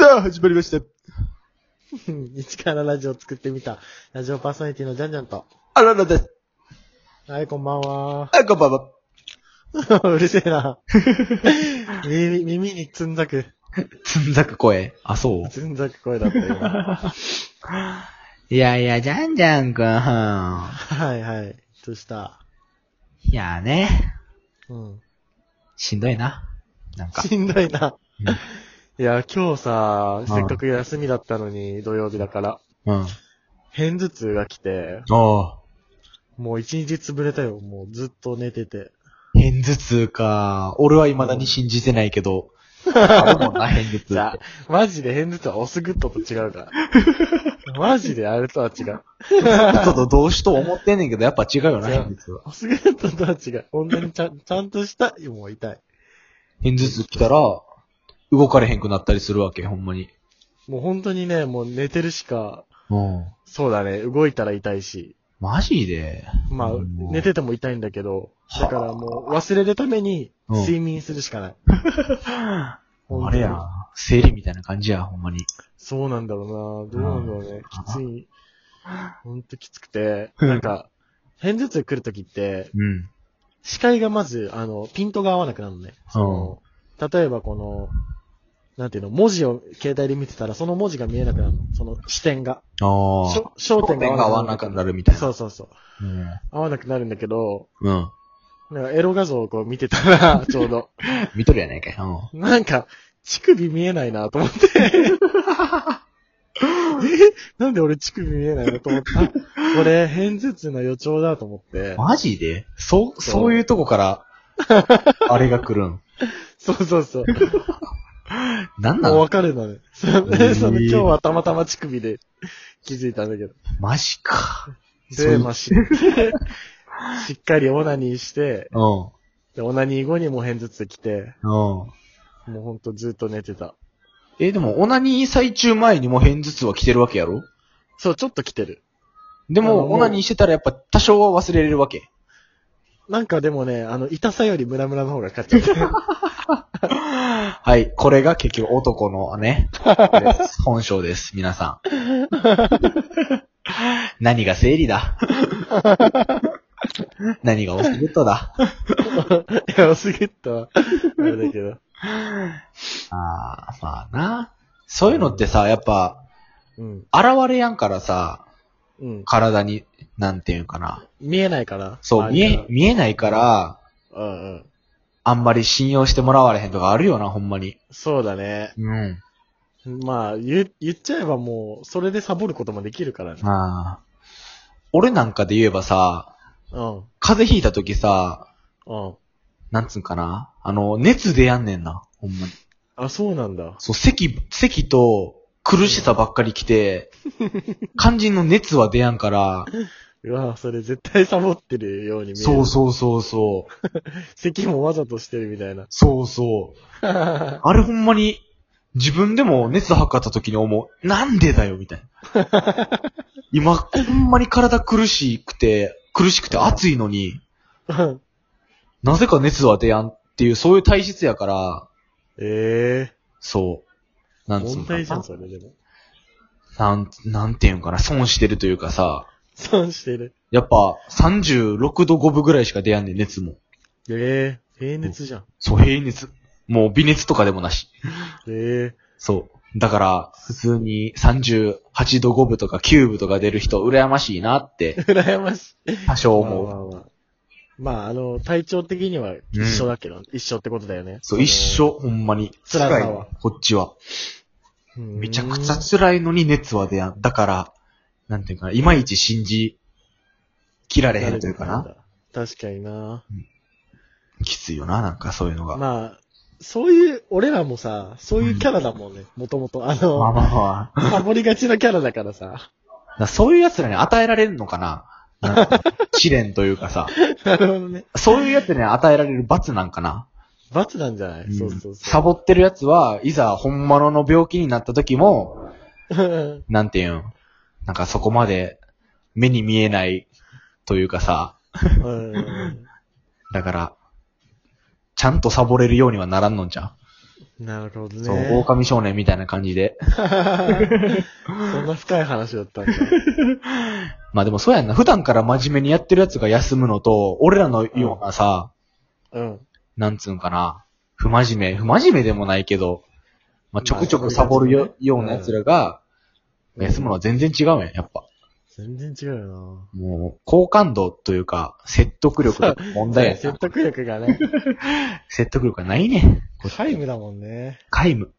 あ、始まりました。 一からラジオを作ってみた。ラジオパーソナリティのジャンジャンと。あららです。はい、こんばんは。あ、こんばん は。 うるせえな。 耳、耳につんざく、つんざく声。あ、そう。つんざく声だったよ。 いやいや、じゃんじゃんくん。いはいはい。どうしたやね、うん。しんどいな。なんか。しんどいなうん。いや、今日さ、んせっかく休みだったのに、土曜日だから、うん。片頭痛が来て、おう。もう一日潰れたよ。もうずっと寝てて。偏頭痛か。俺は未だに信じてないけど。あるもんな、 偏頭痛じゃあって。、マジで片頭痛はオスグッドと違う から。マジであれとは違う。ちょっと同志と思ってんねんけど、やっぱ違うよな、違う偏頭痛は。オスグッドとは違う。本当にちゃん、ちゃんとした、もう痛い。偏頭痛来たら、動かれへんくなったりするわけ、ほんまに。もう本当にね、もう寝てるしか、うん。そうだね、動いたら痛いし。マジでまあ、うん寝てても痛いんだけど、はあだからもう忘れるために、うん睡眠するしかない。 あ本当れにや。生理みたいな感じや、ほんまに。そうなんだろうなどうなんだろうね。うんきつい。ほんときつくて、なんか、変頭痛来るときって、うん。視界がまず、あの、ピントが合わなくなるのね。その例えばこの、なんていうの、文字を携帯で見てたら、その文字が見えなくなるの。その視点が。あしあ。ょ焦点焦点がが合合わわななくくなる。なるみたいな。そうそうそう。うん。合わなくなるんだけど、うん。なんかエロ画像をこう見てた ら、ちょうど、見とるやないかい。 うん。なんか、乳首見えないなと思って。えなんで俺乳首見えないのと思って。あこれ、偏頭痛の予兆だと思って。マジでそ、うそうそういうとこから、あれが来るん。そうそうそう。なんなもうのわかるのね。そうえーでその今日はたまたま乳首で気づいたんだけど。マジか。そういで、うまあ、し しっかりオナニーして、うん。でオナニー後にもう偏頭痛来て、うん。もうほんとずっと寝てた。え、でも、オナニー最中前にも偏頭痛は来てるわけやろそう、ちょっと来てる。であのも、もうオナニーしてたらやっぱ多少は忘れれるわ け。なんかでもね、あの、痛さよりムラムラの方が勝っち ゃう。はい。これが結局男の ね、です本性です。皆さん。何が生理 だ何がオスグッドだいや、すぎったわ。あれだけど。ああ、まあな。そういうのってさ、やっぱ、うん。現れやんからさ、うん。体に、なんていうんかな。見えないから。そう、見え、周り見えないから、からうんうん。あんまり信用してもらわれへんとかあるよな、ほんまに。そうだね。うん。まあ、言、言っちゃえばもう、それでサボることもできるからね。ああ。俺なんかで言えばさ、うん。うん。風邪ひいた時さ、なんつうんかな。あの、熱出やんねんな、ほんまに。あ、そうなんだ。そう、咳、咳と苦しさばっかり来 て、肝心の熱は出やんから、うわそれ絶対サボってるように見える。そうそうそうそう。咳もわざとしてるみたいな。 そうそう。あれほんまに、自分でも熱測った時に思う。なんでだよ、みたいな。 今、ほんまに体苦しくて、苦しくて暑いのに、なぜか熱は出やんっていう、そういう体質やから、ええそう。なんつう問のか題じゃん、な。それでも。なん、なんていうんかな、損してるというかさ、損してる。やっぱ36度5分ぐらいしか出やんねん、熱も。ええ平熱じゃん。そう、平熱。もう微熱とかでもなし。ええそう。だから、普通に38度5分とか9分とか出る人、羨ましいなって、羨ましい。多少思まあう。まあまあ。まあ、あの、体調的には一緒だけど、一緒ってことだよね。そう、一緒、ほんまに。辛さは辛いわこっちは。その。めちゃくちゃ辛いのに熱は出やん。だから、なんていうかな、いまいち信じ、切られへんというかな。。確かにな。きついよな、なんかそういうのが。ままあ、そういう、俺らもさ、そういうキャラだもんね、もともと。ああまあの、まあ。サボりがちなキャラだからさ。だからそういう奴らに与えられるのかななん か試練というかさ。なるほどね。そういう奴らに与えられる罰なんかな罰なんじゃない、うんそうそうそう。サボってるやつは、いざ本物の病気になった時も、 うんなんていうん、なんかそこまで目に見えないというかさ、うんだから、ちゃんとサボれるようにはならんのんじゃん。なるほどね。そう、狼少年みたいな感じで。そんな深い話だったんだ。まあでもそうやんな。普段から真面目にやってるやつが休むのと、俺らのようなさ、うん。なんつうんかな。不真面目。不真面目でもないけど、まあちょくちょくサボるまあよそういうよやつうねなやつらが、うん休むのは全然違うやん、やっぱ。全然違うよもう、好感度というか、説得力が問な題やん説な。得力がね、説得力がないねん。皆無だもんね。皆無。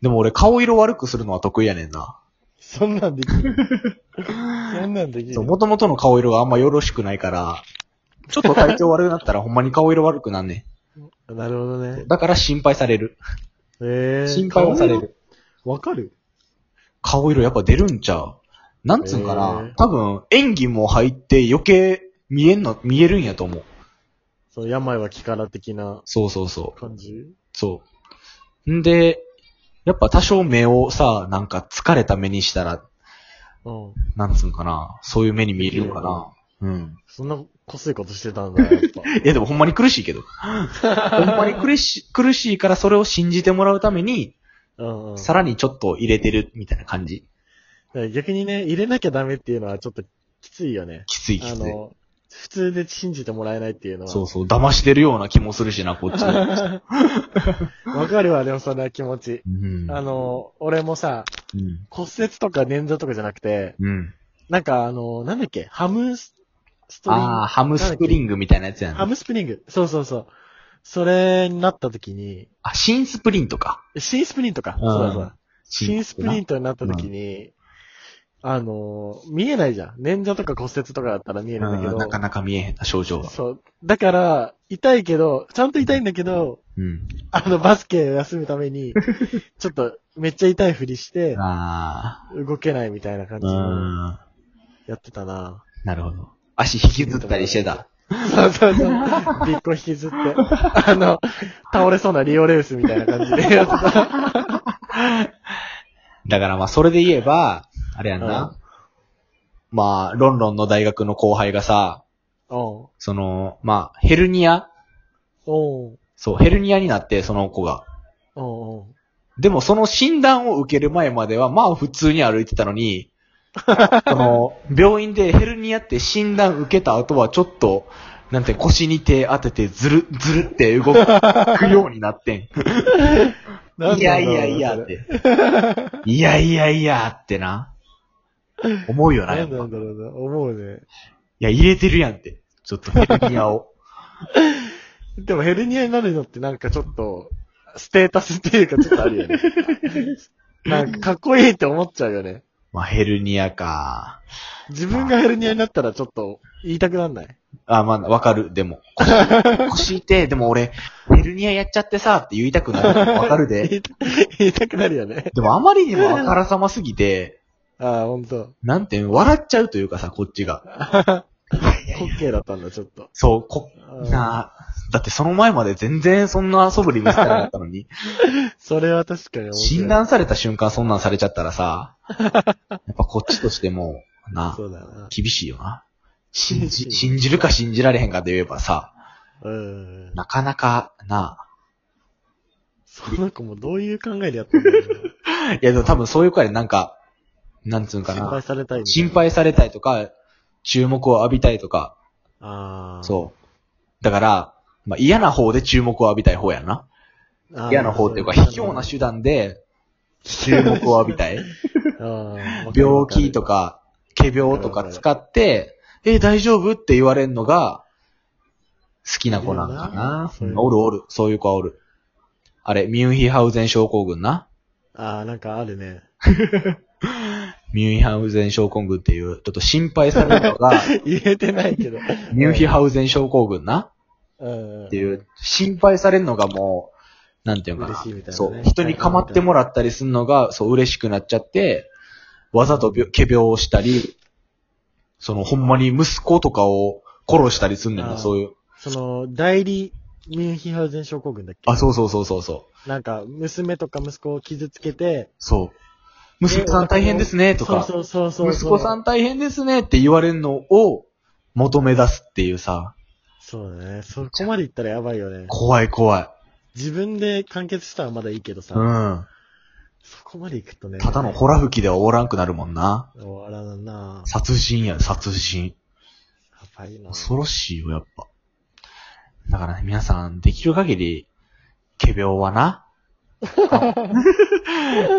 でも俺顔色悪くするのは得意やねんな。そんなんできる。そんなんできる。そう、元々の顔色があんまよろしくないから、ちょっと体調悪くなったらほんまに顔色悪くなんねなるほどね ん。。だから心配される。えー、心配はされ。る。わかる顔色やっぱ出るんちゃうなんつうんかな、へー多分演技も入って余計見えんの、見えるんやと思う。そう、病は気から的なそうそうそう。感じそう。んで、やっぱ多少目をさ、なんか疲れた目にしたら、うん。なんつうんかなそういう目に見えるんかなうん。そんな、こすいことしてたんだ、やっぱ。いやでもほんまに苦しいけど。ほんまに苦し、苦しいからそれを信じてもらうために、うんうん。さらにちょっと入れてるみたいな感じ。逆にね、入れなきゃダメっていうのはちょっときついよね。きついきあつい。の、普通で信じてもらえないっていうのは。そうそう、騙してるような気もするしな、こっち。 わかるわ、でもそれは気持ち。うん。あの、俺もさ、うん。骨折とか捻挫とかじゃなくて、うん。なんかあの、なんだっけ、ハムスストリングああ、、ハムスプリングみたいなやつやハな。ムスプリング。そうそうそう。それになった時に、あ、新スプリントか。新スプリントか。うんそうそう。新スプリンントになった時に、あの、見えないじゃん。捻挫とか骨折とかだったら見えるんだけうん、ど。なかなか見えへんな、症状が。そう。だから、痛いけど、ちゃんと痛いんだけど、うん。あの、バスケを休むた めに、ちょっと、めっちゃ痛いふりして、あ動けないみたいな感あ。じのうん。やってたな。なるほど。足引きずったりしてた。そうそうそう。びっこ引きずって。あの、倒れそうなリオレウスみたいな感じでやってた。だからまあ、それで言えば、あれやんな。まあ、ロンロンの大学の後輩がさ、おうその、まあ、ヘルニアおうそう、ヘルニアになって、その子が。おうでも、その診断を受ける前までは、まあ、普通に歩いてたのに、 その、病院でヘルニアって診断受けた後は、ちょっと、なんて、腰に手当てて、ずる、ずるって動くようになってん。 なんいだやろういなやいやそれって。いやいやいやってな。思うよな、なやんっぱなんだろうな。思うね。いや、入れてるやんって。ちょっとヘルニアを。 でもヘルニアになるのってなんかちょっと、ステータスっていうかちょっとある よね。なんかかっこいいって思っちゃうよね。まあ、ヘルニアか。自分がヘルニアになったらちょっと言いたくなんない。あ、まあ、わかる。でも。 腰腰痛い。でも俺、ヘルニアやっちゃってさ、って言いたくなる。わかるで。言いた言いたくなるよね。でもあまりにもあからさますぎて、 ああ、ほんと。なんていうの笑っちゃうというかさ、こっちが。滑稽だったんだ、ちょっと。そう、こ、うんなあだってその前まで全然そんな素振り見せてなかったのに、それは確かに面白い診断された瞬間そんなんされちゃったら さ、やっぱこっちとしても、な、そうだな。厳しいよな。信じ、信じるか信じられへんかで言えばさ、うん。なかなか、な。その子もどういう考えでやってんだろうねいやでも多分そういうからなんか、なんつうんか心配な。されたいみたいな。心配されたいとか、注目を浴びたいとか、ああ。そう。だから、まあ、嫌な方で注目を浴びたい方やんな。あー。嫌な方っていうか、卑怯な手段で注目を浴びたい。うん。病気とか。か、仮病とか使って、え、大丈夫って言われんのが、好きな子なんかいるよなな。そういうのおるおる。そういう子はおる。あれ、ミュンヒハウゼン症候群な。ああ、なんかあるね。 ミュンヒハウゼン症候群っていう、ちょっと心配されるの が、言えてないけど。ミュンヒハウゼン症候群な。うん。っっていう、心配されるのがもう、なんていうのかな。嬉しいみたいなねそう。人に構ってもらったりするのが、そう、嬉しくなっちゃって、わざと病、毛病をしたり、その、ほんまに息子とかを殺したりすんねんあな、ーそういう。その、代理、ミュンヒハウゼン症候群だっけあ、そうそうそうそうそう。なんか、娘とか息子を傷つけて、そう。息子さん大変ですね、とか。そうそうそうそう。息子さ。ん大変ですねって言われるのを求め出すっていうさ、そうだね。そこまで行ったらやばいよね。怖い怖い。自分で完結したらまだいいけどさ、うん。そこまで行くとね。ただのホラ吹きではおらんくなるもんな。終わらんな殺人や、殺人。やばいな恐ろしいよ、やっぱ。だからね、皆さん、できる限り、仮病は な。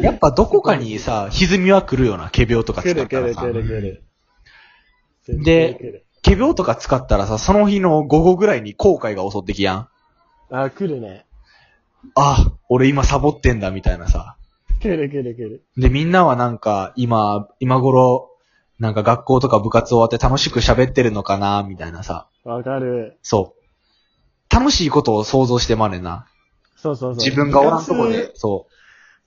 やっぱどこかにさ、歪みは来るような、仮病とか使来っるた来らるさ。来る来る。んで来る、仮病とか使ったらさ、その日の午後ぐらいに後悔が襲ってきやん。あ、来るね。あ、俺今サボってんだ、みたいなさ。来る来る来る。で、みんなはなんか、今、今頃、なんか学校とか部活終わって楽しく喋ってるのかな、みたいなさ。わかる。そう。楽しいことを想像してまうねんな。そうそうそう。自分がおらんとこで。そ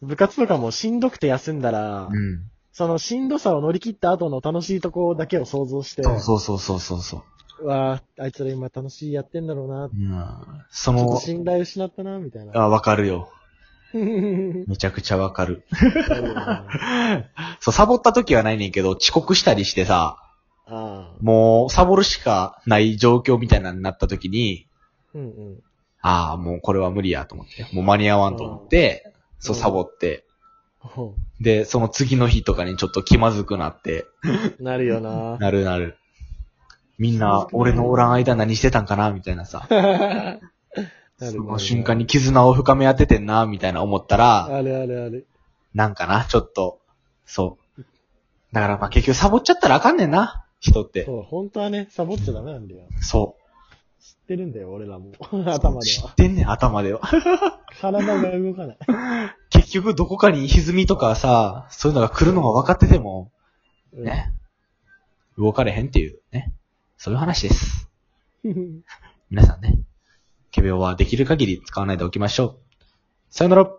部活。部活とかもしんどくて休んだらう。、うん。そのしんどさを乗り切った後の楽しいとこだけを想像して、そうそうそうそうそうそう。わあ、あいつら今楽しいやってんだろうな。うん。そちょっとの、信頼失ったな、みたい な。あ、わかるよ。あめちゃくちゃわかる。るよなそう、サボった時はないねんけど、遅刻したりしてさ、ああ。もう、サボるしかない状況みたいなのになった時に、うんうん。ああ、もうこれは無理やと思って、もう間に合わんと思って、そう、サボって、ほで、その次の日とかにちょっと気まずくなって、うなる よな。なるなる。みんな、俺のおらん間何してたんかなみたいなさ。なるその瞬間に。絆を深め合っててんな、みたいな思ったら、あるあるある。なんかな、ちょっと。そう。だからまあ結局サボっちゃったらあかんねんな、人って。そう、本当はね、サボっちゃダメなんだよ。そ知ってるんだよ、俺らも。 う。頭で知はっ。てんねん、頭では。体が動かない。結局どこかに歪みとかさ、そういうのが来るのが分かってても、うんね。動かれへんっていう、ね。そういう話です。皆さんね。仮病はできる限り使わないでおきましょう。さよなら。